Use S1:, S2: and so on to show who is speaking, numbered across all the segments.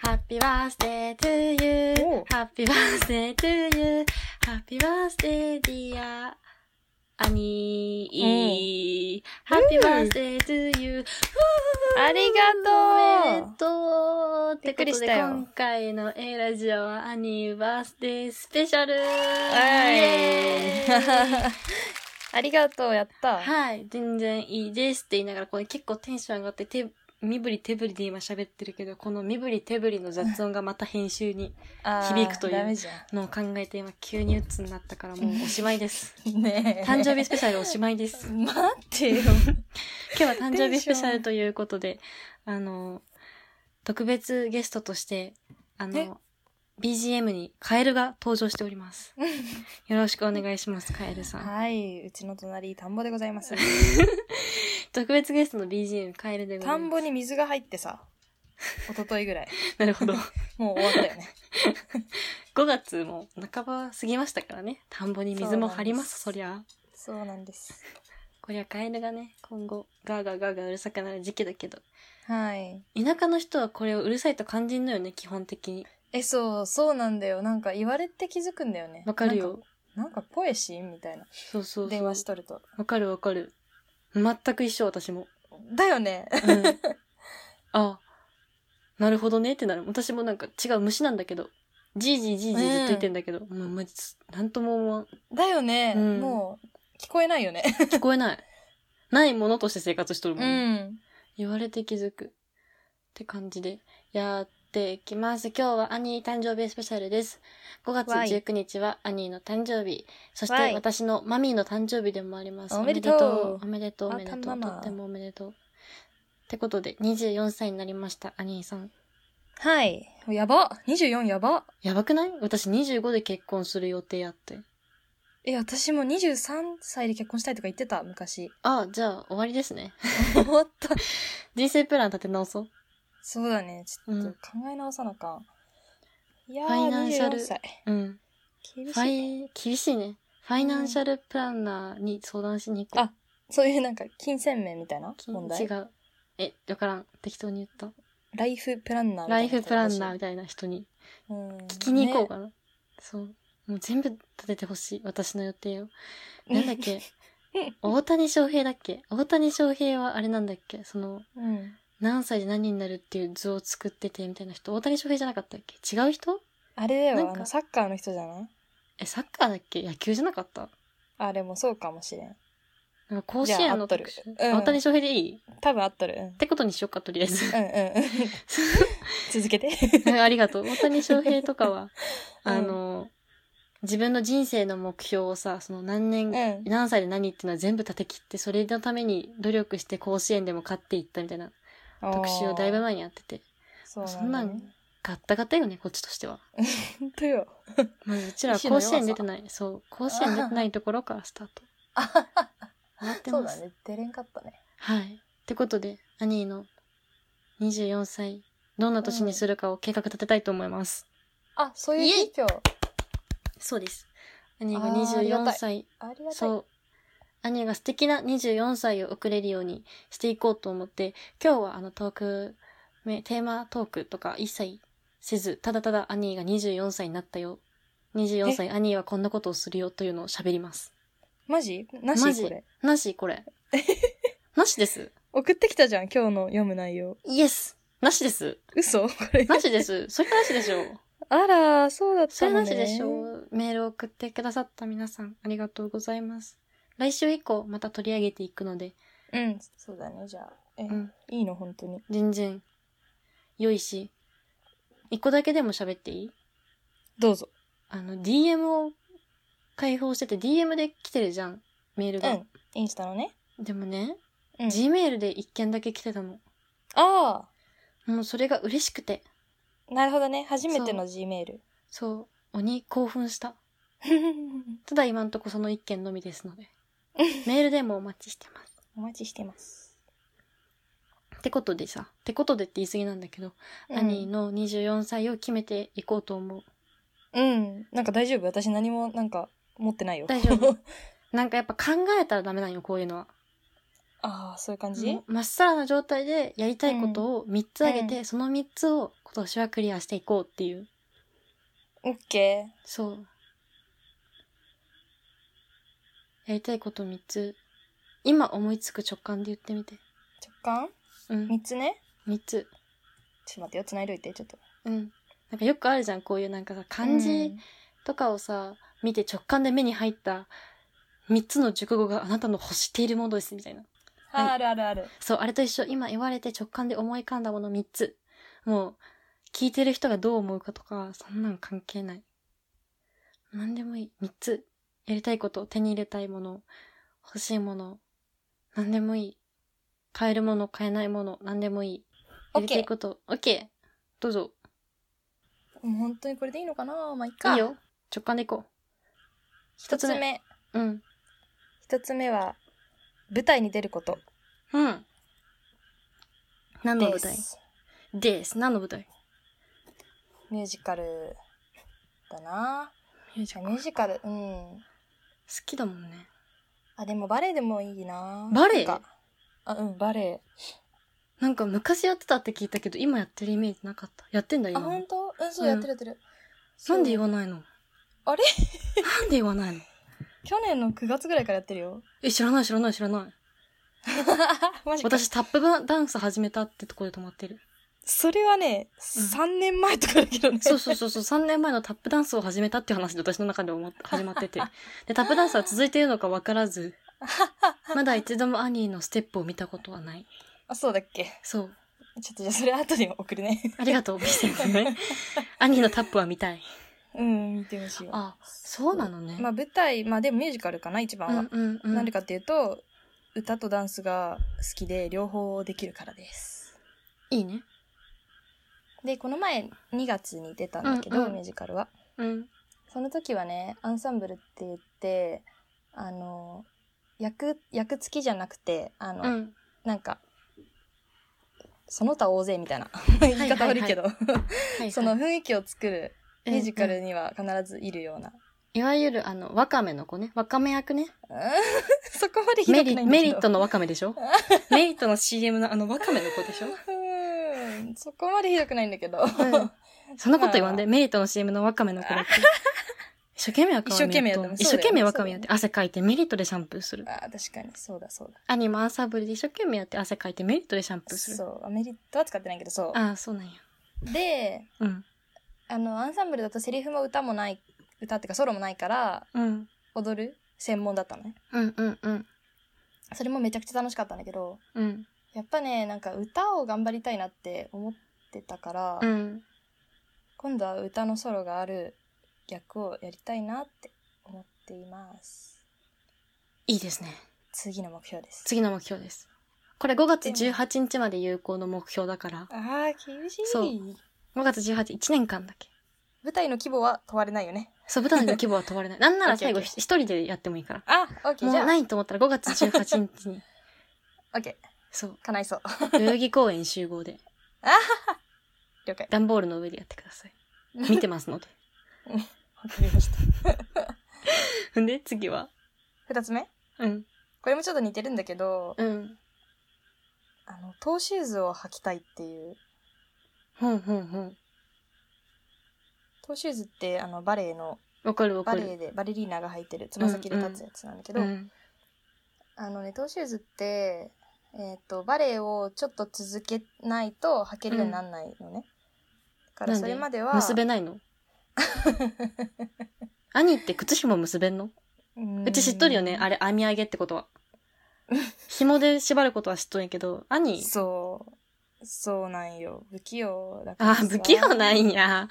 S1: Happy birthday to you.
S2: お
S1: Happy birthday to you. Happy birthday dear アニー。Happy birthday to you.
S2: あり
S1: おめ
S2: が
S1: で
S2: とう
S1: とうってこ
S2: びっくり
S1: と
S2: し
S1: で
S2: たよ
S1: 今回の A ラジオはアニーバースデースペシャル
S2: は
S1: イ
S2: い
S1: エーイ
S2: ありがとう、やった。
S1: はい、全然いいですって言いながら、これ結構テンション上がって、手、身振り手振りで今喋ってるけど、この身振り手振りの雑音がまた編集に、
S2: あー
S1: 響くという
S2: ダメじゃ
S1: のを考えて今急に鬱になったからもうおしまいです。
S2: ん。ね え
S1: 誕生日スペシャルおしまいです。
S2: 待ってよ。
S1: 今日は誕生日スペシャルということで、あの、特別ゲストとして、あ
S2: え
S1: の、BGM にカエルが登場しており ます。よろしくお願いします、カエルさん。
S2: はい、うちの隣、田んぼでござ います。
S1: 特別ゲストの BGM、カエルでござ
S2: 田
S1: い
S2: ん
S1: ま
S2: ぼに水が入ってさ、一昨日ぐらい。
S1: す。なるほど。
S2: もう終わったよね。
S1: 5月も半ば過ぎましたからね。田んぼに水も張ります、 そ
S2: そう
S1: りゃ。
S2: そうなんです。
S1: こりゃカエルがね、今後、ガーガーガーガーうるさくなる時期だけど。
S2: はい。
S1: 田舎の人はこれをうるさいと感じんのよね、基本的に。
S2: え、そう、そうなんだよ。なんか言われて気づくんだよね。
S1: わかるよ。
S2: なんか。なんかポエシーみたいな。
S1: そうそうそう。
S2: 電話しとると。
S1: わかるわかる。全く一緒、私も。
S2: だよね。
S1: うん、 あ、なるほどねってなる。私もなんか違う虫なんだけど。じいじいじいじいずっと言ってんだけど、もうマジ、なんとも思わん。
S2: だよね。
S1: うん
S2: もう、聞こえないよね。
S1: 聞こえない。ないものとして生活しとるもん。
S2: うん。
S1: 言われて気づく。って感じで、やっていきます。今日はアニー誕生日スペシャルです。5月
S2: わい
S1: 19日はアニーの誕生日。そし
S2: わ
S1: て
S2: い
S1: 私のマミーの誕生日でもあります。
S2: おめでとう
S1: おめでとう、お
S2: あ
S1: めでとう、お
S2: たん
S1: めでと
S2: マ
S1: う。
S2: マ
S1: とってもおめでとう。ってことで、24歳になりました、アニーさん。
S2: はい。やば !24 やば
S1: やばくない私25で結婚する予定やって。
S2: え、私も23歳で結婚したいとか言って た、昔。
S1: ああ、じゃあ終わりですね。
S2: 思った。
S1: 人生プラン立て直そう。
S2: そうだね。ちょっと
S1: うん
S2: 考え直さなあかん。いやー、
S1: ファイナンシャル
S2: 24歳。
S1: うん。
S2: 厳
S1: ファ
S2: しい。
S1: イ、厳しいね。ファイナンシャルプランナーに相談しに行こう。
S2: あそういうなんか、金銭面みたいな
S1: き
S2: 問
S1: 違
S2: 題。
S1: う。え、わからん。適当に言っ
S2: ライフプラン
S1: た。
S2: ナーみた
S1: ラ
S2: い
S1: イ
S2: な
S1: フプランナー
S2: ー。
S1: みたいな人に
S2: うん。
S1: 聞きに行こう
S2: ね
S1: かな。そう。もう全部立ててほしい。私の予定を。なんだっ け大谷翔平だっけ大谷翔平はあれなんだっけその、
S2: うん。
S1: 何歳で何になるっていう図を作っててみたいな人。大谷翔平じゃなかったっけ違う人
S2: あれだ
S1: なん
S2: よ、
S1: か
S2: あの、サッカーの人じゃない
S1: え、サッカーだっけ野球じゃなかった
S2: あれもそうかもしれん。
S1: なんか甲子園の
S2: じゃあ合っとる
S1: 特集
S2: うん
S1: 大谷翔平でいいっ
S2: 多分合っとる。うん。
S1: てことにしよっか、とりあえ ず。
S2: うんうん。続けて。
S1: ありがとう。大谷翔平とかは、
S2: うん
S1: あの、自分の人生の目標をさ、その何年、
S2: うん。
S1: 何歳で何っていうのは全部立て切って、それのために努力して甲子園でも勝っていったみたいな特集をだいぶ前にやってて、
S2: そう
S1: そんな
S2: なんだ
S1: ん
S2: ね。
S1: ガッタガタよね、こっちとしては。
S2: ほんとよ。
S1: まずうちらは
S2: 意志の
S1: 甲
S2: 弱さ
S1: 子園出てない、そう、甲子園出てないところからスタート。終わって
S2: そう
S1: ま
S2: だ
S1: す。
S2: ね。出れんかったね。
S1: はい。ってことで、アニーの24歳、どんな年にするかを計画立てたいと思います。
S2: あ、そういう
S1: いえ
S2: 今日。
S1: そうです。アニー
S2: あ
S1: が
S2: ーありがた
S1: 24
S2: い
S1: 歳、
S2: ありがたい。
S1: そう。兄が素敵な24歳を送れるようにしていこうと思って、今日はあのトーク、めテーマトークとか一切せず、ただただ兄が24歳になったよ。24歳、兄はこんなことをするよというのを喋ります。
S2: マジな
S1: マ
S2: し
S1: ジ
S2: これ。
S1: なしこ れ。なしです。
S2: 送ってきたじゃん、今日の読む内容。
S1: イエス。なしです。
S2: 嘘これ。
S1: なしです。それなしでしょう。
S2: あら、そうだっ
S1: そ
S2: た
S1: れ
S2: の
S1: な
S2: ね。
S1: しでしょう。メールを送ってくださった皆さん、ありがとうございます。来週以降、また取り上げていくので、
S2: うん。そうだね、じゃあ。え、
S1: うん
S2: いいの、本当に。
S1: 全然良いし一個だけでも喋っていい
S2: どうぞ。
S1: あの DM を開放してて DM で来てるじゃんメール
S2: う
S1: が、
S2: ん。インスタのね。
S1: でもね、
S2: うん。
S1: Gmail で一件だけ来てたの
S2: あ
S1: もうそれが嬉しくて
S2: あ、なるほどね。初めての G メール。
S1: そう鬼興奮したただ今んとこその一件のみです のでメールでもお待ちしてます
S2: お待ちしてます。
S1: ってことでさってことでって言い過ぎなんだけど、兄の24歳を決めていこうと思う
S2: うん。なんか大丈夫私何も、なんか、持ってないよ。
S1: 大丈夫なんかやっぱ考えたらダメなんよこういうのは
S2: ああ、そういう感じ、
S1: もうまっさらな状態でやりたいことを3つあげて、
S2: う
S1: その3つを今年はクリアしていこうっていう。
S2: オッケ
S1: そう。やりたいこと3つ。今思いつく直感で言ってみて。
S2: ー。直感
S1: うん。
S2: 三つね。
S1: 3つ。
S2: ちょっと待ってよ、繋いどいて、ちょっと。
S1: うん。なんかよくあるじゃん、こういうなんかさ、漢字とかをさ、見て直感で目に入った3つの熟語があなたの欲しているものです、みたいな。
S2: うん、
S1: はい
S2: ああるあるある。
S1: そう、あれと一緒。今言われて直感で思い浮かんだもの3つ。もう、聞いてる人がどう思うかとか、そんなん関係ない。なんでもいい。3つ。やりたいこと、手に入れたいもの、欲しいもの、なんでもいい。買えるもの、買えないもの、なんでもいい。やりたいこと、OK! どうぞ。
S2: もう本当にこれでいいのかなまあ、いっか。
S1: いいよ。直感でいこう。
S2: 一つ目。
S1: うん。
S2: 一つ目は、舞台に出ること
S1: うん。何の
S2: で
S1: 舞台
S2: す。
S1: です。何の舞台
S2: ミュージカルだな。
S1: ミュー
S2: ミュージカル、うん。
S1: 好きだもんね。
S2: あ、でもバレエでもいいな。
S1: バレエ
S2: なんかあ、うん、バレエ。
S1: なんか昔やってたって聞いたけど、今やってるイメージなかった。やってんだ、
S2: あ、
S1: 今も。
S2: 本当うん、そう
S1: ん
S2: う、やってるやってる。
S1: なんで言
S2: よ
S1: わないの
S2: あれ
S1: なんで言わないの
S2: 去年の9月ぐらいからやって るよ。
S1: え、知らない知らない知らない。
S2: マジか。
S1: 私タップダンス始めたってとこで止まってる。
S2: それはね、
S1: うん
S2: 3年前とかだけどね。
S1: そうそうそうそう、3年前のタップダンスを始めたっていう話で私の中で 思っ始まってて。で、タップダンスは続いているのか分からず、まだ一度もアニーのステップを見たことはない。
S2: あ、そうだっけ。
S1: そう。
S2: ちょっとじゃあそれ後で送る ね。
S1: ありがとう、見せて ね。アニーのタップは見たい。
S2: うん、見てほしいわ。
S1: あ、そうなのね。
S2: まあ舞台、まあでもミュージカルかな、一番
S1: う
S2: は。
S1: んうんうん。
S2: なんでかっていうと、歌とダンスが好きで、両方できるからです。
S1: いいね。
S2: で、この前2月に出たんだけど、
S1: うんうん
S2: ミュージカルは。
S1: うん。
S2: その時はね、アンサンブルって言って、あの、役、役付きじゃなくて、あの、
S1: うん。
S2: なんか、その他大勢みたいな言い方悪いけど、
S1: はいはい
S2: その雰囲気を作るミュージカ
S1: うん
S2: ルには必ずいるような。
S1: いわゆる、あの、ワカメの子ね。ワカメ役ね。
S2: うんそこまでひど
S1: メ
S2: く
S1: リ
S2: ないんだけ
S1: メ
S2: ど
S1: リットのワカメでし ょメリットの CM のあのワカメの子でしょ
S2: うんそこまでひどくないんだけど、
S1: んそんなこと言わんで、メリットの CM のワカメの子 だって。一生懸命ワカメ
S2: 一生懸命やったもん
S1: 一
S2: そうだよ
S1: 生懸命ワカメやって汗かいてメリットでシャンプーする。
S2: あー確かにそうだそうだ
S1: アニマンサーブルで一生懸命やって汗かいてメリットでシャンプーする。
S2: そうメリットは使ってないけどそ
S1: ああ、そうなんや。
S2: うで
S1: うん。
S2: あのアンサンブルだとセリフも歌もない歌っていうかソロもないから
S1: うん。
S2: 踊る専門だったのね
S1: うんうんうん。
S2: それもめちゃくちゃ楽しかったんだけど
S1: うん。
S2: やっぱねなんか歌を頑張りたいなって思ってたから、
S1: うん。
S2: 今度は歌のソロがある役をやりたいなって思っています
S1: いいですね。
S2: 次の目標です
S1: 次の目標です。これ5月18日まで有効の目標だから、
S2: あー厳しい
S1: そう5月18、1年間だけ。
S2: 舞台の規模は問われないよね
S1: そう、舞台の規模は問われない。なんなら最後
S2: オッケー
S1: 一人でやってもいいから。
S2: あオッケ
S1: もう
S2: ーじゃあ
S1: ないと思ったら5月18日に、
S2: オッケ
S1: そう、
S2: ー叶いそう
S1: 代々木公園集合で、
S2: 了解
S1: 段ボールの上でやってください。見てますの で。
S2: わかりました
S1: んで、次は
S2: 二つ目
S1: うん。
S2: これもちょっと似てるんだけど
S1: うん。
S2: あのトーシューズを履きたいっていう
S1: ほんほんほん。
S2: トーシューズってあのバレエの
S1: わかるわ
S2: バ
S1: か
S2: レエ
S1: る。
S2: でバレリーナが履いてるつま先で立つやつなんだけど、
S1: うん。
S2: あのねトーシューズってえっ、とバレエをちょっと続けないと履けるようにならないのね、だから
S1: なんで
S2: それまでは
S1: 結べないの兄って靴紐結べんのうち知っとるよね。あ
S2: れ
S1: れ、編み上げってことは。紐で縛ることは知っとんやけど、兄、
S2: そうそうなんよ不器用だから
S1: あ
S2: さ、
S1: 不器用ないん や。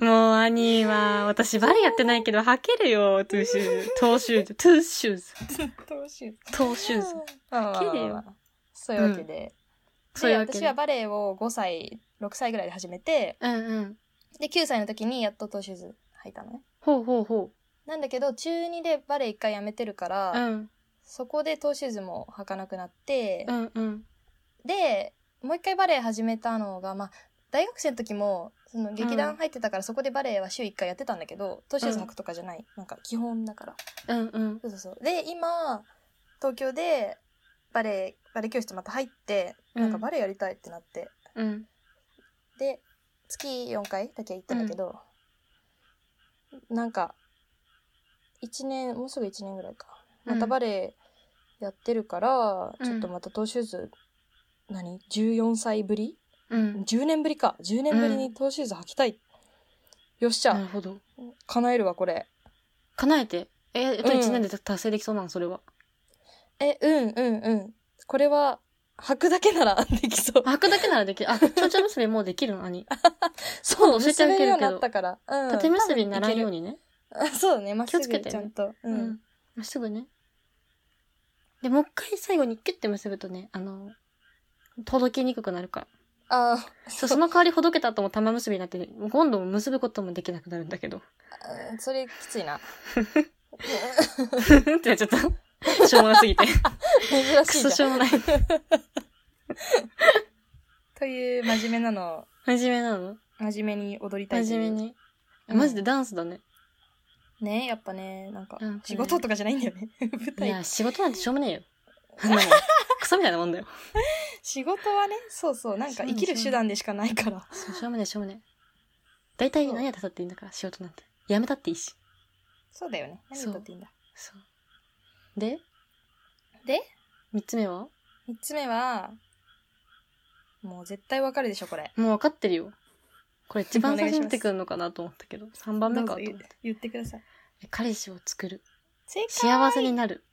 S1: もう、兄は、私バレエやってないけど、履けるよ、トゥーシューズ。 トゥーシューズ。トゥーシューズ。
S2: トーシューズ
S1: トゥーシューズ。
S2: まあまあまあまあ
S1: 綺麗よ
S2: そういうわけで,、
S1: そう
S2: で
S1: いうわけ
S2: 私
S1: で
S2: は。バレエを5歳6歳ぐらいで始めて
S1: うんうん。
S2: で9歳の時にやっとトーシューズ履いたのね
S1: ほうほうほ
S2: なんだけど中2でバレエ1回やめてるから、
S1: う。うん。
S2: そこでトーシューズも履かなくなって
S1: う、んうん。
S2: でもう一回バレエ始めたのがまあ大学生の時もその劇団入ってたから、そこでバレエは週1回やってたんだけどトーシューズ履くとかじゃない、なんか基本だから
S1: うんうん。
S2: そうそうそうで今東京でバレエバレエ教室また入って
S1: うん
S2: なんかバレエやりたいってなって、
S1: うん。
S2: で月4回だけ行ったんだけど、なんか1年もうすぐ1年ぐらいかまたバレエやってるから、
S1: うん
S2: ちょっとまたトーシューズ何14歳ぶり
S1: うん。
S2: 10年ぶりか10年ぶりにトーシューズ履きたい、よっしゃ、
S1: なるほど。
S2: 叶えるわこれ
S1: 叶えて。え、あと
S2: うん
S1: 1年で達成できそうなん、それは。
S2: えうんうんうんこれは履くだけならできそう
S1: 履くだけならできる。あ、ちょうちょ娘もうできるの、兄。
S2: そう
S1: 教えてあげるけど
S2: 結べようになったから、うん、
S1: 縦結びにならんよう
S2: に
S1: にね。
S2: そうだねまっす
S1: 気をつけて
S2: ぐ
S1: ね
S2: ちゃんと、う
S1: うんん。まっすぐね。で、もう一回最後にキュッて結ぶとね、あの、届きにくくなるから。
S2: あ
S1: そう、その代わりほどけた後も玉結びになって、今度も結ぶこともできなくなるんだけ ど。
S2: あそれきつ いな
S1: ふふんってなっちょっと、しょうもなす ぎて。
S2: 珍
S1: ク
S2: しい
S1: ソ
S2: じ
S1: し
S2: ゃん
S1: ょうもない。
S2: という真面目なの
S1: 真面目なの
S2: を真面目に踊りたいと
S1: 真
S2: いう
S1: 面目に。
S2: うん
S1: マジでダンスだね。
S2: ねやっぱねなんか
S1: なんかね
S2: 仕事とかじゃないんだよね 舞
S1: い
S2: 台
S1: や、仕事なんてしょうも ねえよ。あの、クソみたいなもんだよ。
S2: 仕事はねそうそうなんか生きる手段でしかないから
S1: そうしょうもねえ、しょうもねえ。大体何やったっていいんだから、仕事なんて。やめたっていいし。
S2: そうだよね何
S1: そう
S2: 歌っていいんだ
S1: そう。で
S2: で
S1: 三つ目は
S2: 3つ目はもう絶対わかるでしょこれ
S1: もう分かってるよ。これ一番最初に
S2: お願いします
S1: 出てくるのかなと思ったけど、3番目かと思っ
S2: どうぞ
S1: た。
S2: 言ってください
S1: え彼氏を作る。
S2: 正解
S1: 幸せになる。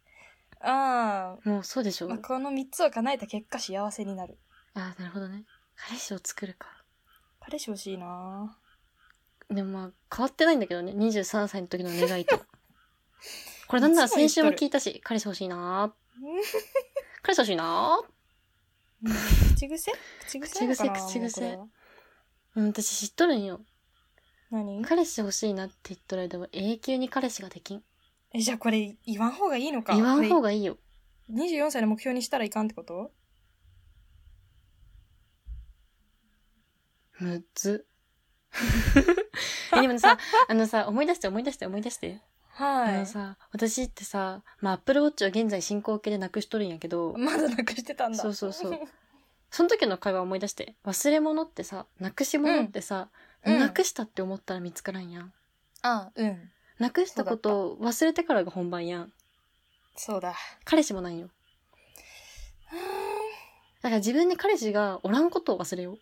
S2: ああ、
S1: もうそうでしょ
S2: まあ、この3つを叶えた結果幸せになる
S1: ああ、なるほどね。彼氏を作るか。
S2: 彼氏欲しいな
S1: でもまあ、変わってないんだけどね。23歳の時の願い と。これなんなら
S2: いつも言
S1: 先
S2: っとる
S1: 週も聞いたし、彼氏欲しいなー。彼氏欲しいな
S2: うん口癖口癖なのかな
S1: 口癖口癖
S2: もうこれは
S1: ー。うん、私知っとるんよ。
S2: 何
S1: 彼氏欲しいなって言っとる間は永久に彼氏ができん。
S2: えじゃあこれ言わん方がいいのか
S1: 言わん方
S2: が
S1: がいいよ。
S2: 24歳の目標にしたらいかんってこと
S1: むず。 えでもさ、あのさ、思い出して思い出して思い出して。
S2: は
S1: あ
S2: い
S1: のさ、私ってさ、まあ、Apple Watch を現在進行形でなくしとるんやけど、
S2: まだなくしてたんだ
S1: そうそうそうその時の会話思い出して、忘れ物ってさ、なくし物ってさ、
S2: うんうん
S1: なくしたって思ったら見つからんやん。
S2: あうん
S1: なくしたことを忘れてからが本番やん。
S2: そうだ
S1: 彼氏もないよ。
S2: うーん
S1: だから自分に彼氏がおらんことを忘れよ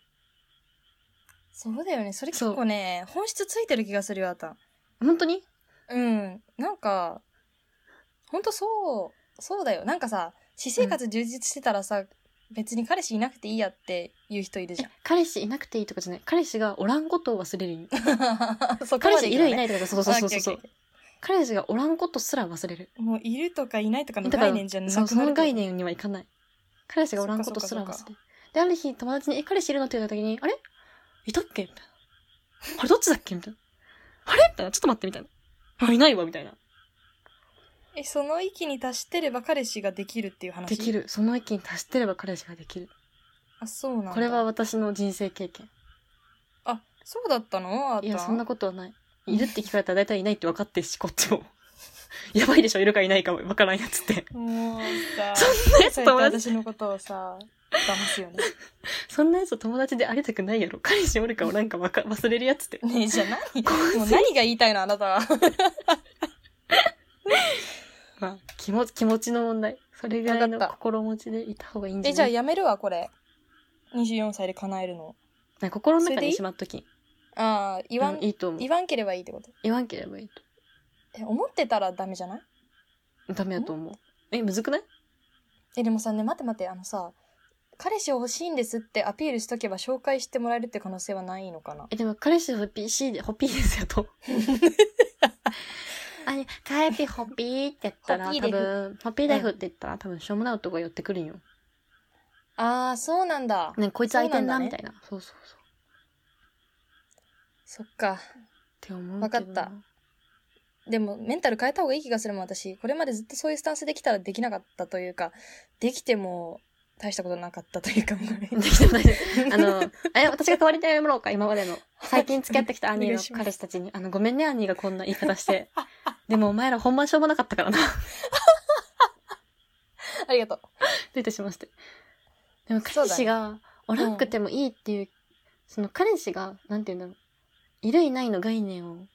S2: そうだよねそれ結構ね本質ついてる気がするよあた
S1: う。本当に
S2: うんなんかほんとそうそうだよなんかさ私生活充実してたらさ、別に彼氏いなくていいやって言う人いるじ
S1: え
S2: ゃん
S1: 彼氏いなくていいとかじゃない。彼氏がおらんことを忘れるん よ。
S2: そこ
S1: 彼
S2: ま
S1: 氏
S2: で
S1: い
S2: くの
S1: る
S2: ね
S1: いないとか、そうそうそうそうそう
S2: あオッケーオッ。ケ
S1: 彼氏がおらんことすら忘れる。
S2: ーもういるとかいないとかの
S1: だから
S2: 概念じゃなくな
S1: そ
S2: る
S1: う
S2: って
S1: そ
S2: こと
S1: の概念にはいかない。彼氏がおらんことすら忘れ
S2: そっか
S1: る。で、ある日友達に、え、彼氏いるのって言った時に、あれいたっけみたいな。あれどっちだっけみたいな。あれみたいな。ちょっと待って、みたいな。あ、いないわ、みたいな。
S2: えその域に達してれば彼氏ができるっていう話
S1: できる。その域に達してれば彼氏ができる。
S2: あそうなんだ
S1: これは私の人生経験。
S2: あそうだったのあった
S1: いや、そんなことはない。いるって聞かれたら大体いないって分かってるし、こっちも。 やばいでしょ、いるかいないか分からんやつって。
S2: もう さ
S1: そんなやつ
S2: そう
S1: 友
S2: やって
S1: 達、
S2: 私のことをさ騙 すよね
S1: そんなやつ友達でありたくないやろ。彼氏おるかおらんかわか忘れるやつって。
S2: ねえじゃあ 何もう何が言いたいのあなたは
S1: まあ、気持ち、気持ちの問題。それぐらいの
S2: わかった
S1: 心持ちでいた方がいいんじゃ
S2: えじゃ
S1: な
S2: あ
S1: い
S2: やめるわこれ24歳で叶えるの
S1: なんか心の
S2: そ
S1: 中
S2: れでい
S1: に
S2: い
S1: しまっとき。
S2: ああ言わん、
S1: うんいいと思う
S2: 言。わんければいいってこと
S1: 言わんければいい
S2: え思ってたらダメじゃない
S1: と。ダメだと思う。え、むずくない
S2: えでもさね待って待ってあのさ彼氏欲しいんですってアピールしとけば紹介してもらえるって可能性はないのかな
S1: え、でも彼氏ホピーシーで、ホピーですよ と。あれ、帰ってホピーって言ったら
S2: ホピー
S1: 多
S2: でふ
S1: 分、ホピーライフって言ったら多分しょうもない男が寄ってくるんよ。
S2: ああそうなんだ
S1: ね、こいつ空いてんな、
S2: そうなん
S1: みた
S2: だね
S1: いな。そうそうそう。
S2: そっか
S1: って思うけど。
S2: わかったでもメンタル変えた方がいい気がするもん私これまでずっとそういうスタンスできたらできなかったというかできても大したことなかったというかもう ね
S1: できてもないです。 あの、え、私が代わりに謝ろうか、今までの。最近付き合ってきたア ニーの彼氏たちに、あの、ごめんね、アニーがこんな言い方して。でもお前ら本番しょうもなかったからな。
S2: ありがとう。
S1: どういたしまして。でも
S2: そ
S1: 彼
S2: うだね
S1: 氏がおらんくてもいいっていう、その彼氏が、なんていうんだろう、いるいないの概念を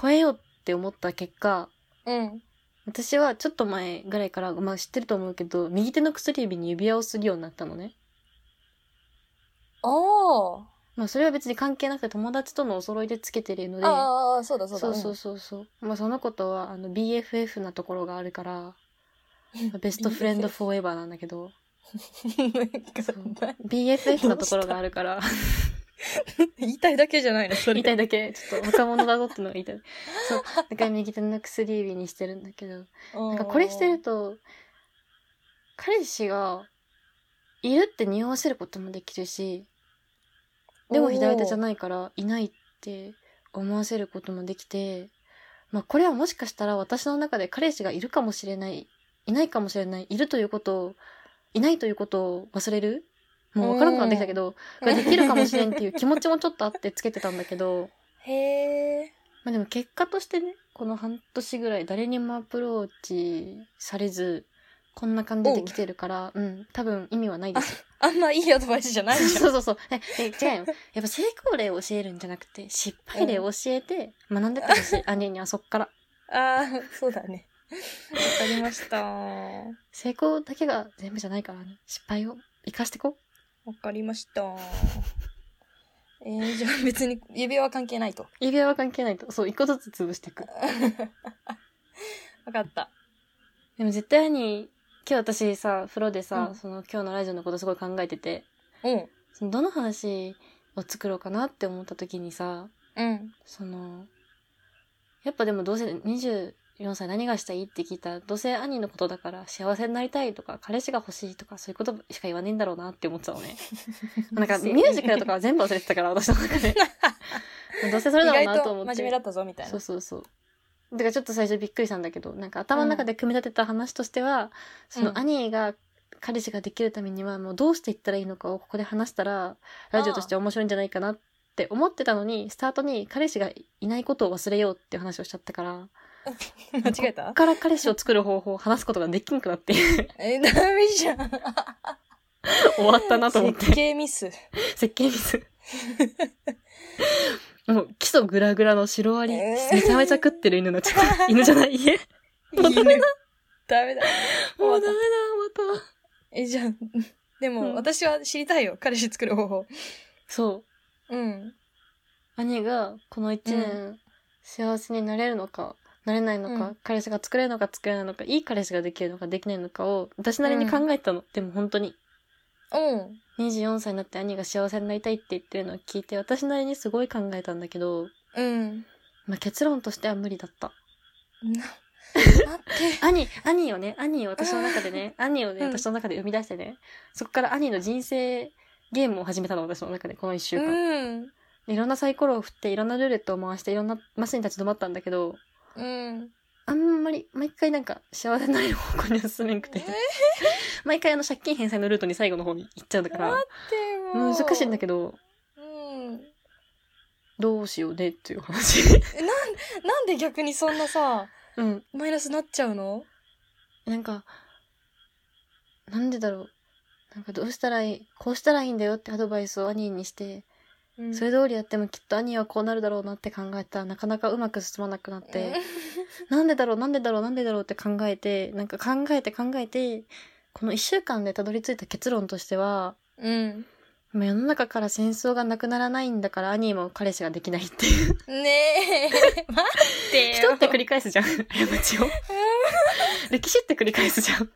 S1: 超えようって思った結果、
S2: うん。
S1: 私はちょっと前ぐらいから、まあ知ってると思うけど、右手の薬指に指輪をするようになったのね。
S2: おー
S1: まあそれは別に関係なくて友達とのお揃いでつけてるので、
S2: ああ、そうだそう
S1: そ
S2: だ。
S1: うそうそうそう。まあその子とはあの BFF なところがあるから、 まあベストフレンド
S2: BFF
S1: フォーエバーなんだけど、
S2: うん。なんか
S1: そう
S2: な
S1: BFF なところがある から、
S2: 言いたいだけじゃないの、そ
S1: 言いたいだけ、ちょっと若者だぞってのが言いたい。そう。だから右手の薬指にしてるんだけど、
S2: な
S1: なんかこれしてると、彼氏がいるって匂わせることもできるし、でも左手じゃ
S2: い。
S1: ないからいないって思わせることもできて、まあこれはもしかしたら私の中で彼氏がいるかもしれない、いないかもしれない、いるということを、いないということを忘れるもうわからなくなってきたけど、これできるかもしれんっていう気持ちもちょっとあってつけてたんだけど、
S2: へえ。
S1: まあでも結果としてね、この半年ぐらい誰にもアプローチされず、こんな感じで来てるから、うん、多分意味はないです。
S2: あんまいいアドバイスじゃないじゃん。
S1: そうそうそう。え、え違うよ。やっぱ成功例を教えるんじゃなくて、失敗例を教えて、学んでってほ しい。姉にはそっから。
S2: ああ、そうだね。わかりました。わ
S1: 成功だけが全部じゃないからね。失敗を生かしてこう。
S2: かりました。えー、じゃあ別に指輪は関係ないと。
S1: 指輪は関係ないと。そう、一個ずつ潰していく。
S2: わかった。
S1: でも絶対に、今日私さ、風呂でさ、
S2: うん
S1: その今日のラジオのことすごい考えてて、
S2: うん。
S1: そのどの話を作ろうかなって思った時にさ、
S2: うん。
S1: その、やっぱでもどうせ24歳何がしたいって聞いたら、どうせ兄のことだから幸せになりたいとか、彼氏が欲しいとか、そういうことしか言わねえんだろうなって思ってたの ね。なんかミュージカルとかは全部忘れてたから、私の中 で。どうせそれだろう
S2: 意
S1: なと
S2: 外と
S1: 思って。
S2: 真面目だったぞみたい
S1: そ
S2: な
S1: う。そうそう。だからちょっと最初びっくりしたんだけど、なんか頭の中で組み立てた話としては、そ
S2: うん
S1: の兄が、彼氏ができるためにはもうどうしていったらいいのかをここで話したら、ラジオとして面白いんじゃないかなって思ってたのに、スタートに彼氏がいないことを忘れようっていう話をしちゃったから、
S2: 間違え
S1: こったから彼氏を作る方法を話すことができんくなって
S2: え、ダメじゃん。
S1: 終わったなと思って
S2: 設。計ミス。
S1: 設計ミス。もう基礎グラグラのシロアリ、
S2: えー
S1: めちゃめちゃ食ってる犬になっちゃった。犬じゃない家。もうダメ
S2: 犬ダメだ。
S1: も
S2: も
S1: う
S2: う
S1: ダ
S2: ダ
S1: メ
S2: メ
S1: だ、また。
S2: え、じゃあ、 で
S1: うん
S2: も私は知りたいよ。彼氏作る方法。
S1: そう。
S2: うん。
S1: 兄がこの一年幸せになれるのか、なれないのか、
S2: うん
S1: 彼氏が作れるのか作れないのか、いい彼氏ができるのかできないのかを私なりに考えてたの。でも本当に。
S2: うん。
S1: 24歳になって兄が幸せになりたいって言ってるのを聞いて、私なりにすごい考えたんだけど、
S2: うん。
S1: まあ、結論としては無理だった。
S2: な、待 って。
S1: 兄、兄をね、兄を私の中で ね、兄をね、
S2: うん
S1: 私の中で生み出してね、そこから兄の人生ゲームを始めたの、私の中で、この一週間。
S2: うん。
S1: いろんなサイコロを振って、いろんなルーレットを回して、いろんなマスに立ち止まったんだけど、
S2: うん。
S1: あんまり、毎回なんか、幸せになる方向には進めんくて。毎回あの、借金返済のルートに最後の方に行っちゃうんだから、
S2: でも。
S1: 難しいんだけど、
S2: ど。うん。
S1: どうしようねっていう話。
S2: え、なん、なんで逆にそんなさ、
S1: うん。
S2: マイナスなっちゃうの
S1: なんか、なんでだろう。なんかどうしたらいい、こうしたらいいんだよってアドバイスを兄にして、それ
S2: で
S1: 通りやってもきっと兄はこうなるだろうなって考えたらなかなかうまく進まなくなって、なんでだろうなんでだろうなんでだろうって考えて、なんか考えて考えて、この一週間でたどり着いた結論としては、
S2: うん。
S1: まあ世の中から戦争がなくならないんだから、兄も彼氏ができないっていう。
S2: ねえ、 待ってよ。
S1: 人って繰り返すじゃん。過ち を。歴史って繰り返すじゃん。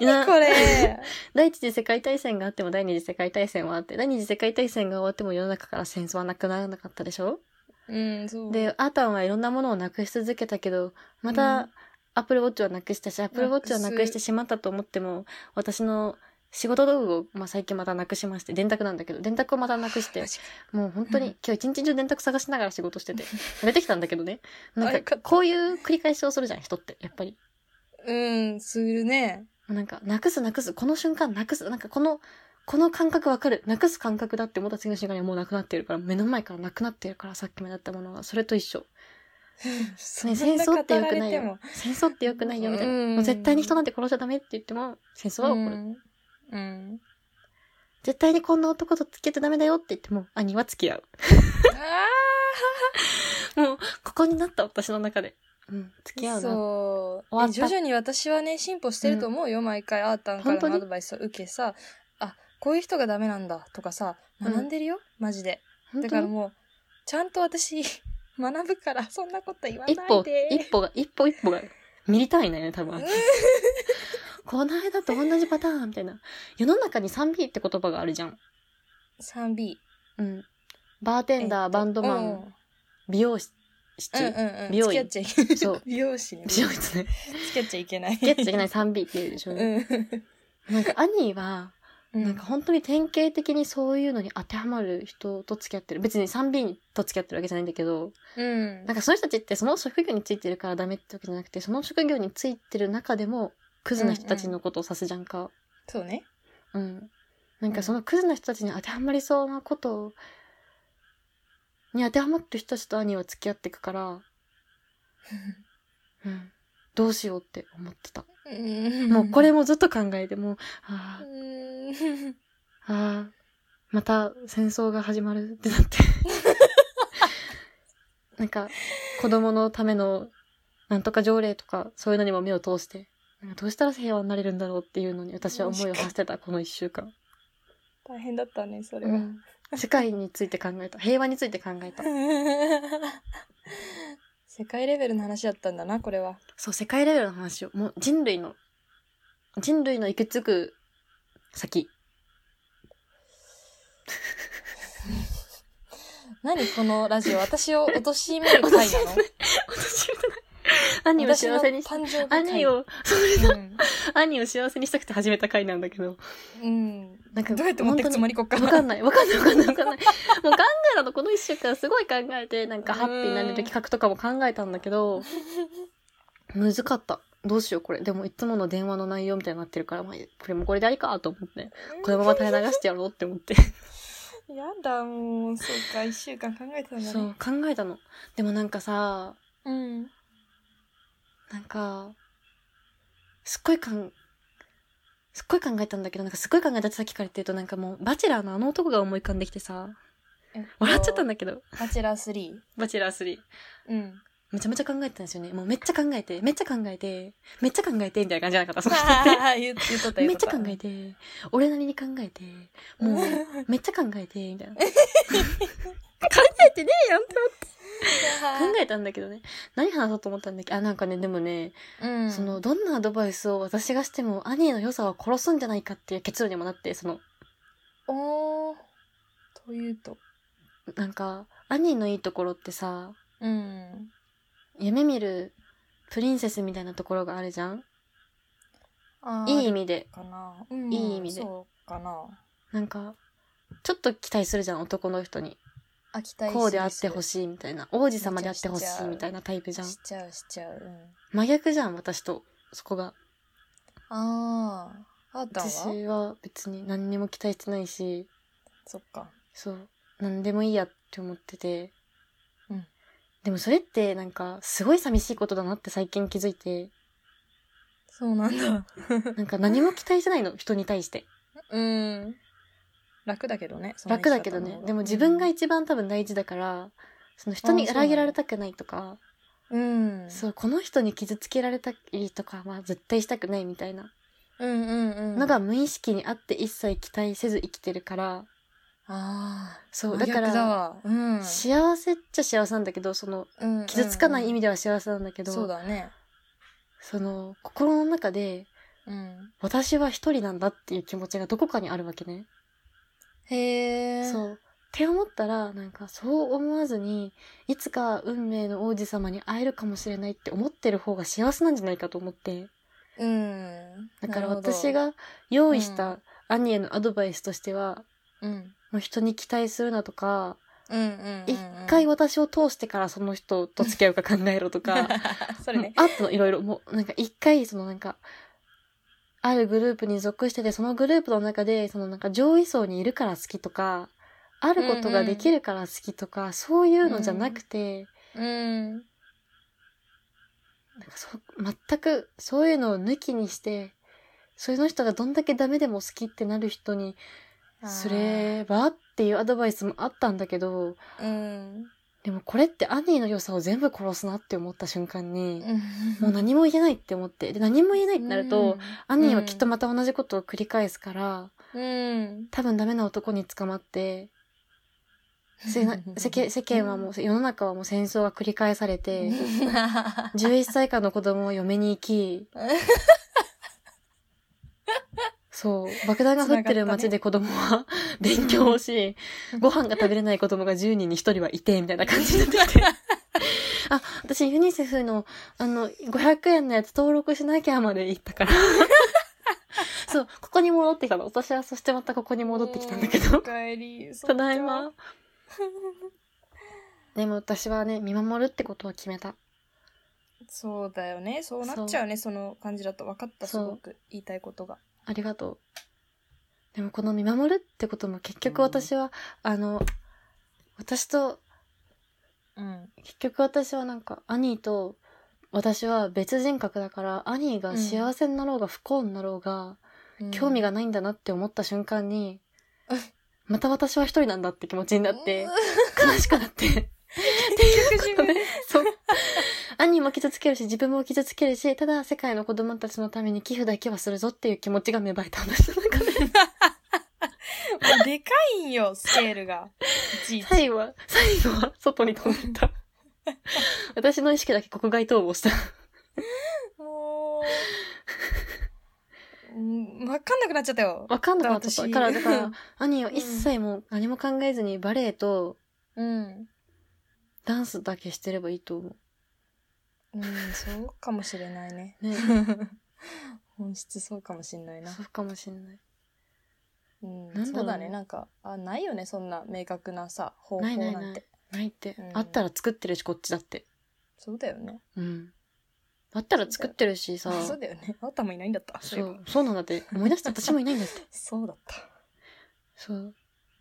S2: 何これ。
S1: 第一次世界大戦があっても第二次世界大戦はあって、第二次世界大戦が終わっても世の中から戦争はなくならなかったでしょ
S2: うん、そう。
S1: で、アータンはいろんなものをなくし続けたけど、ま
S2: う
S1: た
S2: ん、
S1: アップルウォッチをなくしたし、アップルウォッチをなくしてしまったと思っても、私の仕事道具を、まあ、最近またなくしまして、電卓なんだけど、電卓をまたなくして
S2: マ、ジか
S1: もう本当
S2: う
S1: に
S2: ん
S1: 今日一日中電卓探しながら仕事して て、出てきたんだけどね。な
S2: あ
S1: ん
S2: よか
S1: か
S2: っ、た
S1: こういう繰り返しをするじゃん、人って、やっぱり。
S2: うん、するね。
S1: なんか、なくすなくす、この瞬間なくす、なんかこの、この感覚わかる、なくす感覚だって思った次の瞬間にはもうなくなっているから、目の前からなくなっているから、さっきまでだったものが、それと一緒。
S2: そ
S1: ね、
S2: ん
S1: 戦
S2: な
S1: 争ってよ
S2: 語ら
S1: く
S2: れ
S1: ない
S2: て
S1: よ
S2: も。
S1: 戦争ってよくないよ、みたいな。
S2: うん
S1: もう絶対に人なんて殺しちゃダメって言っても、戦争は起こる。
S2: うんうん
S1: 絶対にこんな男と付き合っちゃダメだよって言っても、兄は付き合う。もう、ここになった、私の中で。うん、付き合
S2: あ
S1: う
S2: あ
S1: な。
S2: そう
S1: 終わった
S2: え徐々に私はね進歩してると思うよ、毎回あーたんか
S1: 本当
S2: ら
S1: に
S2: のアドバイスを受けさあこういう人がダメなんだとかさ
S1: うん
S2: 学んでるよ、マジで
S1: 本
S2: だ
S1: 当
S2: から
S1: に
S2: もうちゃんと私 学ぶからそんなこと言わない
S1: 一歩、
S2: で
S1: 一歩が、一歩一歩が、ミリ単位だよね、多分。この間と同じパターンみたいな。世の中に 3B って言葉があるじゃん。
S2: 3B
S1: うん。バーテンダー、バンドマン、美容師、
S2: うんうんうん
S1: 美容院
S2: 付き合っちゃいけない
S1: そう
S2: 美容師ね
S1: 美容室ね。
S2: 付き合っちゃいけない
S1: ゲッチゃいけない 3B って言うでしょ。なんか、兄は、
S2: うん
S1: なんか本当に典型的にそういうのに当てはまる人と付き合ってる。別に 3B と付き合ってるわけじゃないんだけど、
S2: うん
S1: なんかその人たちってその職業についてるからダメってわけじゃなくて、その職業についてる中でも、クズな人たちのことを指すじゃんか。
S2: そうね
S1: うん。なんかそのクズな人たちに当てはまりそうなことを、に当てはまってる人たちと兄は付き合っていくから、うん。どうしようって思ってた。もうこれもずっと考えて、もう、ああ、
S2: うん
S1: ああ、また戦争が始まるってな って。なんか、子供のための、なんとか条例とか、そういうのにも目を通して、なんかどうしたら平和になれるんだろうっていうのに私は思いを馳せてた、この一週間。
S2: 大変だったねそれ
S1: う
S2: は、
S1: ん世界について考えた。平和について考えた。
S2: 世界レベルの話だったんだなこれは
S1: そう、世界レベルの話を、もう人類の、人類の行き着く 先。
S2: 何このラジオ私を貶める回なの
S1: 私みたいな兄を幸せにし
S2: 私の誕生日会
S1: 兄を、そう
S2: うん
S1: 兄を幸せにしたくて始めた回なんだけど。
S2: うん
S1: なんか
S2: どうやって持ってくつもりこっか
S1: わかんない、わかんない、わかんない、わかんない。もう考えたの、この一週間すごい考えて、なんかハッピーになれる企画とかも考えたんだけど、難かった。どうしよう、これ。でも、いつもの電話の内容みたいになってるから、まあ、これもこれでありかと思って、このまま垂れ流してやろうって思って。
S2: やだもうそうか1週間考えてたんだね
S1: そう、考えたの。でもなんかさ、
S2: うん
S1: なんか、すっごいかん、すっごい考えたんだけど、なんかすっごい考えたってさっきから言ってると、なんかもう、バチェラーのあの男が思い浮かんできてさ、笑っちゃったん
S2: だ
S1: だけど、
S2: バチェラー3
S1: バチェラー3。
S2: うん
S1: めちゃめちゃ考えてたんですよね。もうめっちゃ考えて、めっちゃ考えて、めっちゃ考えて、みたいな感じじゃなか った。その人って
S2: ああ 言っ言っとった
S1: め
S2: 言
S1: っ
S2: っ
S1: ち
S2: と
S1: ゃ
S2: っ
S1: 考
S2: た
S1: えて、俺なりに考えて、もう、めっちゃ考えて、みたいな。考えてねえやんって思って考えたんだけどね。何話そうと思ったんだっけあ、なんかね、でもね、
S2: うん
S1: その、どんなアドバイスを私がしても、兄の良さは殺すんじゃないかっていう結論にもなって、その、
S2: おーというと
S1: なんか、兄のいいところってさ、
S2: うん
S1: 夢見るプリンセスみたいなところがあるじゃん
S2: あー
S1: いい意味で。
S2: かな、うん
S1: いい意味で
S2: そうかな
S1: なんか、ちょっと期待するじゃん、男の人に。
S2: あ期待
S1: こうであってほ
S2: し
S1: しいみたいな。王子様であってほしいみたいなタイプじ
S2: ちゃ
S1: ゃ
S2: うんし。ちゃうしちゃう、
S1: 真逆じゃん、私と。そこが。
S2: うん、あーあーたんは
S1: 私は別に何にも期待してないし、
S2: そっか
S1: そう、何でもいいやって思ってて。
S2: うん。
S1: でもそれってなんか、すごい寂しいことだなって最近気づい て、
S2: そうなんだ
S1: なんか何も期待してないの、人に対して。
S2: うん楽だけどねそんな
S1: 楽だけど
S2: 生き
S1: ね
S2: 方。の
S1: でも自分が一番多分大事だから、その人に
S2: あーそうな
S1: 裏
S2: んだ
S1: 切られたくないとか、
S2: うん
S1: そう、この人に傷つけられたりとかは絶対したくないみたいな
S2: うんうんうん
S1: のが無意識にあって一切期待せず生きてるから、
S2: あ
S1: そ
S2: あ
S1: う、だから、
S2: だわうん、
S1: 幸せっちゃ幸せなんだけど、その、
S2: うんうん
S1: 傷つかない意味
S2: だ
S1: では幸せなんだけど、
S2: そうだね
S1: その、心の中で、
S2: うん
S1: 私は一人なんだっていう気持ちがどこかにあるわけね。
S2: へえ
S1: そう。って思ったら、なんかそう思わずに、いつか運命の王子様に会えるかもしれないって思ってる方が幸せなんじゃないかと思って。
S2: うん
S1: だから
S2: なるほど
S1: 私が用意し
S2: う
S1: た兄へのアドバイスとしては、
S2: うん
S1: もう人に期待するなとか、
S2: うんうん
S1: 一、
S2: うんうん
S1: 回私を通してからその人と付き合うか考えろと か、
S2: それね
S1: あといろいろ、もうなんか一回そのなんか、あるグループに属してて、そのグループの中で、そのなんか上位層にいるから好きとか、あることができるから好きとか、そういうのじゃなくて、
S2: うん
S1: なんかそ全くそういうのを抜きにして、その人がどんだけダメでも好きってなる人にすればっていうアドバイスもあったんだけど、
S2: うん
S1: でもこれってアニーの良さを全部殺すなって思った瞬間に、も
S2: も
S1: う何も言えないって思って。で、何も言え ないってなると、、アニーはきっと
S2: うん
S1: また同じことを繰り返すから、
S2: うん、
S1: 多分ダメな男に捕まって、せ な世間世間はもう、世の中はもう戦争が繰り返されて、11歳以下の子供を嫁に行 き、そう、爆弾が降ってる街で子供は 勉強をし、ご飯が食べれない子供が10人に1人はいて、みたいな感じになってきて。あ、私ユニセフの、あの、500円のやつ登録しなきゃまで行った から。そう、ここに戻ってきたの。私はそしてまたここに戻ってきたんだけ
S2: お
S1: ど。
S2: 帰り。 そっか
S1: ただい ま。。でも私はね、見守るってことを決めた。
S2: そうだよね。そうなっちゃうね。その感じだと分かった。す
S1: そう
S2: ごく言いたいことが。
S1: ありがとう。でもこの見守るってことも結局私は、あの、私と、
S2: うん。
S1: 結局私はなんか、アニーと、私は別人格だから、アニーが幸せになろうが不幸になろうが、興味
S2: が
S1: がないんだなって思った瞬間に、また私は一人なんだって気持ちにな って、悲しくなって。
S2: 結局自
S1: ごめ
S2: 分
S1: んそう。兄も傷つけるし、自分も傷つけるし、ただ世界の子供たちのために寄付だけはするぞっていう気持ちが芽生えた 私の中で。
S2: もうでかいんよ、スケールが。いちいち。
S1: 最後は、最後は外に飛ん だ。私の意識だけ国外逃亡した。
S2: もう。うん分かんなくなっちゃったよ。
S1: わかんなかった。
S2: 私
S1: だから、だから、兄は一切もう何も考えずにバレエと
S2: うん。
S1: ダンスだけしてればいいと思
S2: うん、そうかもしれないね。
S1: う。ね。
S2: 本質そうかもしれないな
S1: そ。うかもしれない。
S2: うん
S1: なんだろうね
S2: そうだね。なんか、あ、ないよね。そんな明確なさ、方法
S1: ないない
S2: なんて。
S1: ないって、
S2: うん
S1: あったら作ってるし、こっちだって。
S2: そうだよね。
S1: うん。あったら作ってるしさ。
S2: そうだよね。あなたもいないんだった。
S1: そ、
S2: そういう
S1: そうなんだって。思い出した私もいないんだ って。
S2: そうだった。
S1: そう。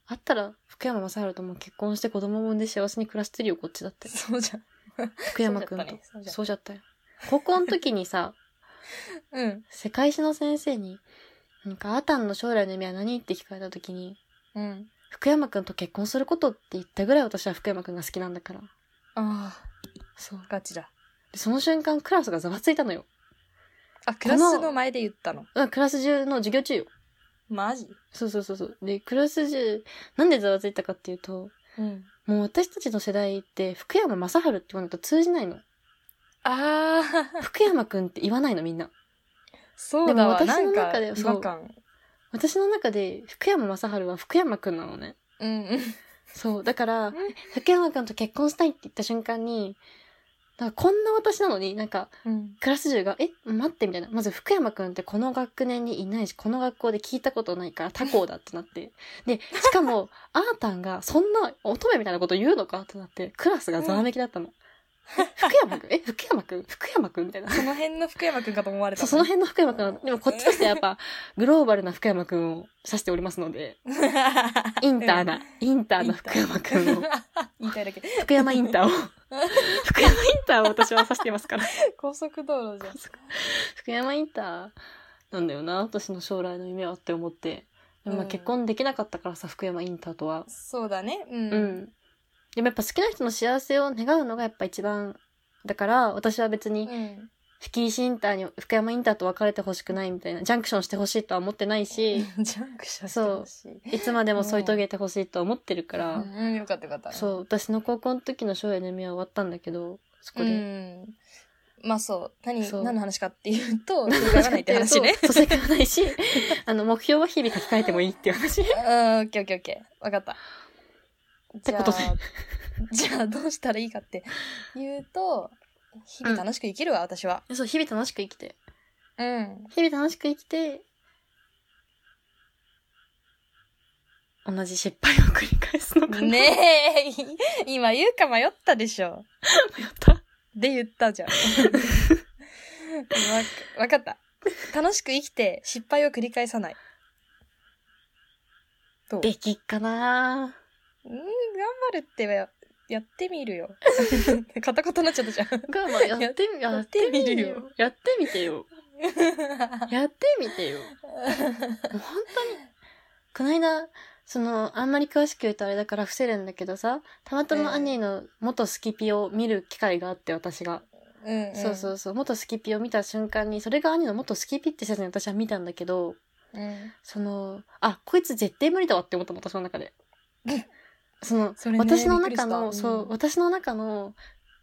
S1: あったら、福山雅治とも結婚して子供も産んで幸せに暮らしてるよ、こっちだって。
S2: そうじゃん。
S1: 福山くんと。
S2: そうじゃん。
S1: そうじゃったよ。高校の時にさ、
S2: うん。
S1: 世界史の先生に、なんか、あーたんの将来の夢は何って聞かれた時に、
S2: うん。
S1: 福山くんと結婚することって言ったぐらい私は福山くんが好きなんだから。
S2: あ
S1: そう
S2: あ、。ガチだ。
S1: でその瞬間、クラスがざわついたのよ。
S2: あ、クラスの前で言ったの。
S1: うん、クラス中の授業中よ。
S2: マジ
S1: そうそうそうそう。で、クラス中、なんでざわついたかっていうと、
S2: うん。
S1: もう私たちの世代って福山雅治って言わないと通じ ないの。
S2: ああ、
S1: 福山くんって言わないのみんな。
S2: そうだわ。
S1: でも
S2: な
S1: 私の
S2: んか
S1: 中で
S2: 違和感。
S1: 私の中で福山雅治は福山くんなのね。
S2: うんうん。
S1: そう。だから、福山くんと結婚したいって言った瞬間に、なんかこんな私なのに、なんか
S2: うん。
S1: クラス中が、え、待ってみたいな。まず福山くんってこの学年にいないし、この学校で聞いたことないから他校だってなって。で、しか も、あーたんがそんな乙女みたいなこと言うのかってなって、クラスがざわめきだったの。え福山くんえ、福山くん福山くんみ たいな。
S2: その辺の福山くんかと思われた
S1: そう
S2: もん。
S1: その辺の福山くん、でもこっちとしてはやっぱ、グローバルな福山くんを指しておりますので、 インターな、インターな福山くんを、
S2: 言いたいだけ。
S1: 福山イン ターを、福山インターを私は指していますから。
S2: 高速道路じゃん。
S1: 福山インターなんだよな、私の将来の夢はって思って。でもまあ
S2: うん
S1: 結婚できなかったからさ、福山インターとは。
S2: そうだね。うん。
S1: うん。でもやっぱ好きな人の幸せを願うのがやっぱ一番、だから私は別に、
S2: うん。
S1: フキーシインターに福山インターと別れてほしくないみたいな、ジャンクションしてほしいとは思ってないし、
S2: ジャンクしちゃってほしい。
S1: いつまでも添い遂げてほしいと思ってるから、
S2: うん、よかったよかった。
S1: そう、私の高校の時の将来の夢は終わったんだけど、そこ
S2: う
S1: で。
S2: ん。まあそう。何、
S1: そう。
S2: 何の話かっていうと、正解がないって話ね
S1: そうそう正解がないし、あの、目標は日々書き換えてもいいっていう話。
S2: うん、オッケーオッケーオッケー。わかった。
S1: てことで
S2: じゃあ、じゃあどうしたらいいかって言うと、日々楽しく生きるわ、私は。
S1: そう、日々楽しく生きて。
S2: うん。
S1: 日々楽しく生きて、同じ失敗を繰り返すのかな。
S2: ねえ、い今言うか迷ったでしょ。
S1: やった。
S2: で言っ たじゃん。わわかった。楽しく生きて失敗を繰り返さない。
S1: できっかな
S2: うん、頑張るってはやってみ るよ。カタカタになっちゃったじゃん。
S1: が、まあ、やってみ、や
S2: や
S1: っ
S2: ってて
S1: み
S2: み
S1: る
S2: る
S1: よ
S2: よ。
S1: やってみてよ。やってみてよ。もう本当に。この間、その、あんまり詳しく言うとあれだから伏せるんだけどさ、たまたま
S2: ええ
S1: 兄の元スキピを見る機会があって、私が。
S2: うんん
S1: そうそうそう、元スキピを見た瞬間に、それが兄の元スキピって写真私は見たんだけど、
S2: うん
S1: その、あ、こいつ絶対無理だわって思ったの、私の中 で。その、
S2: それね
S1: 私の
S2: びっくりし
S1: 中
S2: た
S1: の、そうう、
S2: ん
S1: 私の中の、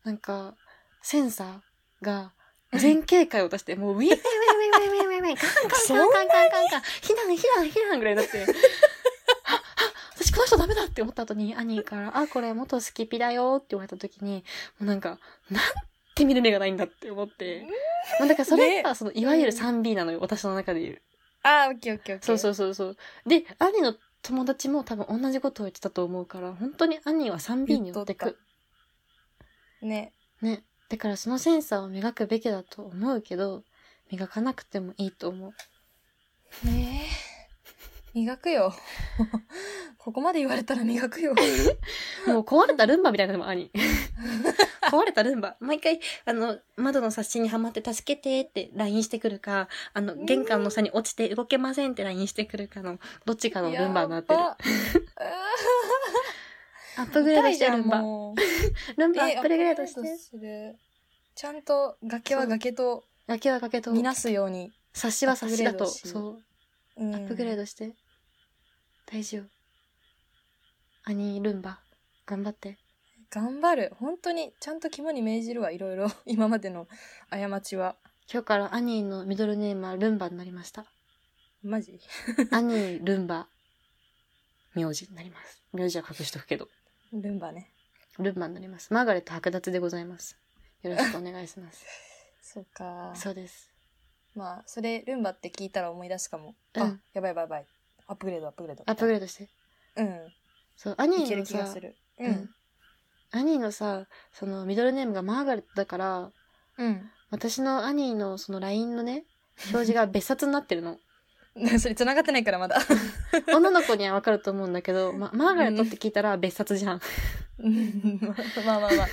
S1: なんか、センサーが、全警戒を出して、もう、ウィンウィンウィンウィンウィンウィンウィン、カンカンカ
S2: そんな
S1: ン
S2: に
S1: カンカンカンカン、避難避難避難ぐらいになって、あ、あ、私この人ダメだって思った後に、兄から、あ、これ元スキピだよって言われた時に、もうなんか、なんて見る目がないんだって思って。まあ、だからそれが、
S2: ね
S1: その、いわゆる 3B なのよ、私の中で言う。
S2: あー、オッケーオッケーオッケー。
S1: そうそうそうそう。で、兄の友達も多分同じことを言ってたと思うから、本当に兄は 3B に寄って
S2: 言っ
S1: く
S2: と。ね。
S1: ね。だからそのセンサーを磨くべきだと思うけど、磨かなくてもいいと思う。
S2: ねえ。磨くよ。ここまで言われたら磨くよ。
S1: もう壊れたルンバみたいなのも 兄。壊れたルンバ。毎回、あの、窓の冊子にはまって助けてって LINE してくるか、あの、玄関の下に落ちて動けませんって LINE してくるかの、どっちかのルンバになってる。
S2: やば
S1: アップグレードしてルン
S2: 痛いじゃん
S1: バ。
S2: もう
S1: ルンバア
S2: え
S1: ップグレードし
S2: アップグレ
S1: て
S2: ー。ドするちゃんと崖は崖と
S1: 崖は崖と、
S2: 見なすように。
S1: 冊子は冊子だと、
S2: アップグレードし
S1: そう。
S2: ア
S1: アップグレードして。大丈夫。兄ルンバ、頑張って。
S2: 頑張る本当にちゃんと肝に銘じるわい ろいろ今までの過ちは
S1: 今日から兄のミドルネームはルンバになりま した。
S2: マジ
S1: 兄ルンバ、名字になります。名字は隠しとくけど。
S2: ルンバね
S1: ルンバになります。マーガレット剥奪でございます。よろしくお願いします。
S2: そうか
S1: そうです。
S2: まあそれルンバって聞いたら思い出すかも、
S1: うん
S2: あやばいやばいやばいアップグレードアップグレード
S1: アップグレードして。
S2: う
S1: そう、
S2: んい
S1: 兄
S2: ける
S1: の
S2: 気が
S1: さ
S2: す、る
S1: う
S2: うんん
S1: 兄のさ、そのミドルネームがマーガレットだから、
S2: うん、
S1: 私の兄のその LINE のね、表示が別冊になってるの。
S2: それ繋がってないからまだ
S1: 女の子にはわかると思うんだけ ど、ま、マーガレットって聞いたら別冊じゃん。
S2: うんまあまあまあ、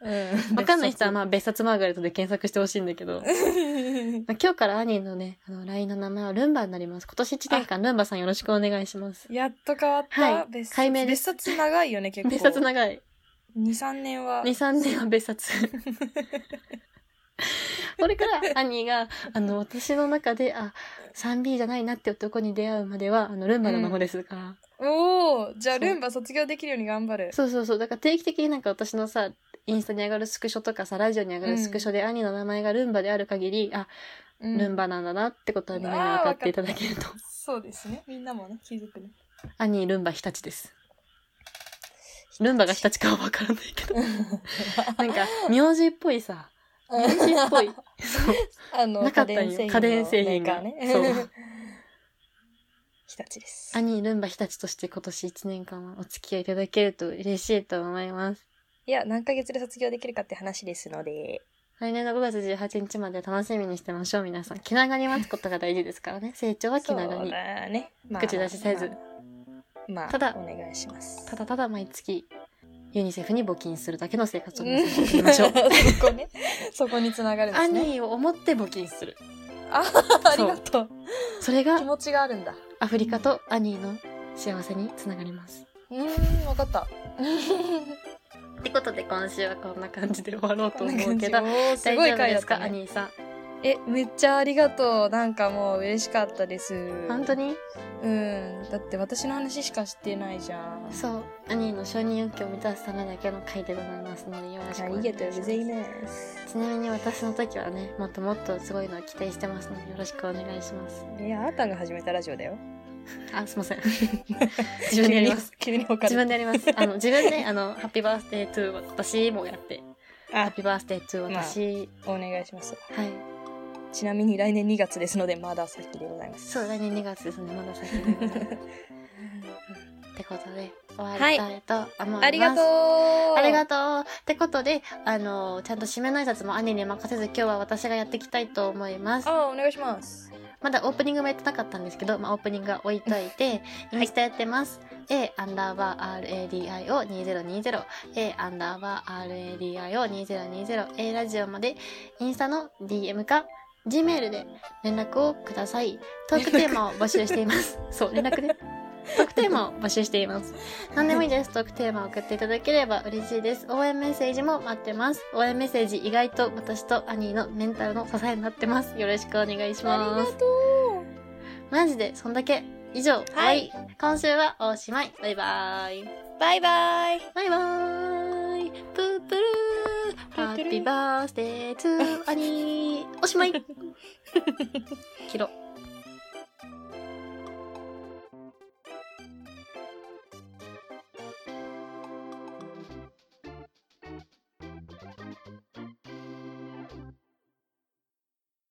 S2: うん、
S1: わかんない人はまあ別冊マーガレットで検索してほしいんだけど。まあ今日からアニーのね、あの、LINE の名前はルンバになります。今年1年間ルンバさんよろしくお願いします。
S2: やっと変わった、
S1: はい
S2: 別冊
S1: 解明で
S2: 別冊長 いよね結構
S1: 別冊長い。
S2: 23年は
S1: 2、3年は別 冊。これからアニーが、あの、私の中で、あ、3B じゃないなって男に出会うまでは、あの、ルンバのままですから。
S2: おおじゃあ
S1: そう
S2: ルンバ卒業できるように頑張る
S1: そうそうそう。だから定期的になんか私のさ、インスタに上がるスクショとかさ、ラジオに上がるスクショで、アニーの名前がルンバである限り、あ、
S2: うん
S1: ルンバなんだなってことはみんなに分かっていただけると。
S2: そうですねみんなもね気 づくね
S1: アニールンバ日立です。ルンバが日立かは分からない けど。なんか、名字っぽいさ、名字っぽい。そう。
S2: あの
S1: なかったんよ家電製品が
S2: のメーカー
S1: そう
S2: ね 日立です
S1: アニールンバ日立として今年1年間はお付き合いいただけると嬉しいと思います。
S2: いや何ヶ月で卒業できるかって話ですので
S1: 来年の5月18日まで楽しみにしてましょう、皆さん。気長に待つことが大事ですからね。成長は気長
S2: そう
S1: に。
S2: だね、ま
S1: 口出しせず
S2: まあ、まあ
S1: ただ
S2: お願いします
S1: ただただ毎月、ユニセフに募金するだけの生活を
S2: うん
S1: 皆さんやっていきまし
S2: そ
S1: ょう。
S2: こねそこにつながるんで
S1: ア
S2: すね
S1: ニーを思って募金する。
S2: あ ありがとう
S1: それが
S2: 気持ちがあるんだ
S1: アフリカとアニーの幸せにつながります。
S2: うーんわか った
S1: ってことで今週はこんな感じで終わろうと
S2: こんな
S1: 思う
S2: 感
S1: け
S2: じ
S1: ど
S2: お、ー す
S1: 大
S2: ごい
S1: 丈夫
S2: 回
S1: で
S2: だっ
S1: すか、
S2: た、
S1: ア
S2: ね、
S1: ニーさん。
S2: えめっちゃありがとうなんかもう嬉しかったです
S1: 本当に
S2: うんだって私の話しかしてないじゃん
S1: そう、アニーの承認欲求を満たすためだけの回でございますので、よろしくお願いします。
S2: です
S1: ちなみに私の時はね、もっともっとすごいのを期待してますので、よろしくお願いします。
S2: いやあなたが始めたラジオだよ
S1: あ、すいません。 自分でやり ます。
S2: 急に急に他
S1: 自分
S2: で
S1: でやります。あの、自分 で、あの、ハッピーバースデートゥー私もやって、ハッ
S2: あ
S1: ピーバースデートゥー私、
S2: お願いします
S1: はい。
S2: ちなみに来年2月ですのでまだ先でございます
S1: そう、来年2月ですね、まだ先でございます。ってことで、終わ
S2: は
S1: り
S2: い
S1: たいと思います。
S2: ありがとう
S1: ありがとうってことで、あの、ちゃんと締めの挨拶も兄に任せず、今日は私がやっていきたいと思います。
S2: あお願いします
S1: まだオープニングもやってなかったんですけど、まあ、オープニングは置いといて、インスタやってます。A アンダーバー RADIO2020、A アンダーバー RADIO2020、A ラジオまで、インスタの DM か、Gmail で連絡をください。トークテーマを募集してい ます。そう、連絡で。トークテーマを募集しています。何でもいいです。トークテーマを送っていただければ嬉しいです。応援メッセージも待ってます。応援メッセージ意外と私とアニーのメンタルの支えになってます。よろしくお願いし
S2: あ
S1: ま
S2: り
S1: す
S2: が。とう
S1: マジで、そんだけ。以上、
S2: はい
S1: 終わり今週はおしまい。バイバーイ。
S2: バイバイ
S1: バイバーイ。プープルー。
S2: プ
S1: ハ
S2: ープルー
S1: ッピーバースデートゥーアニー。おしまい。切ろう。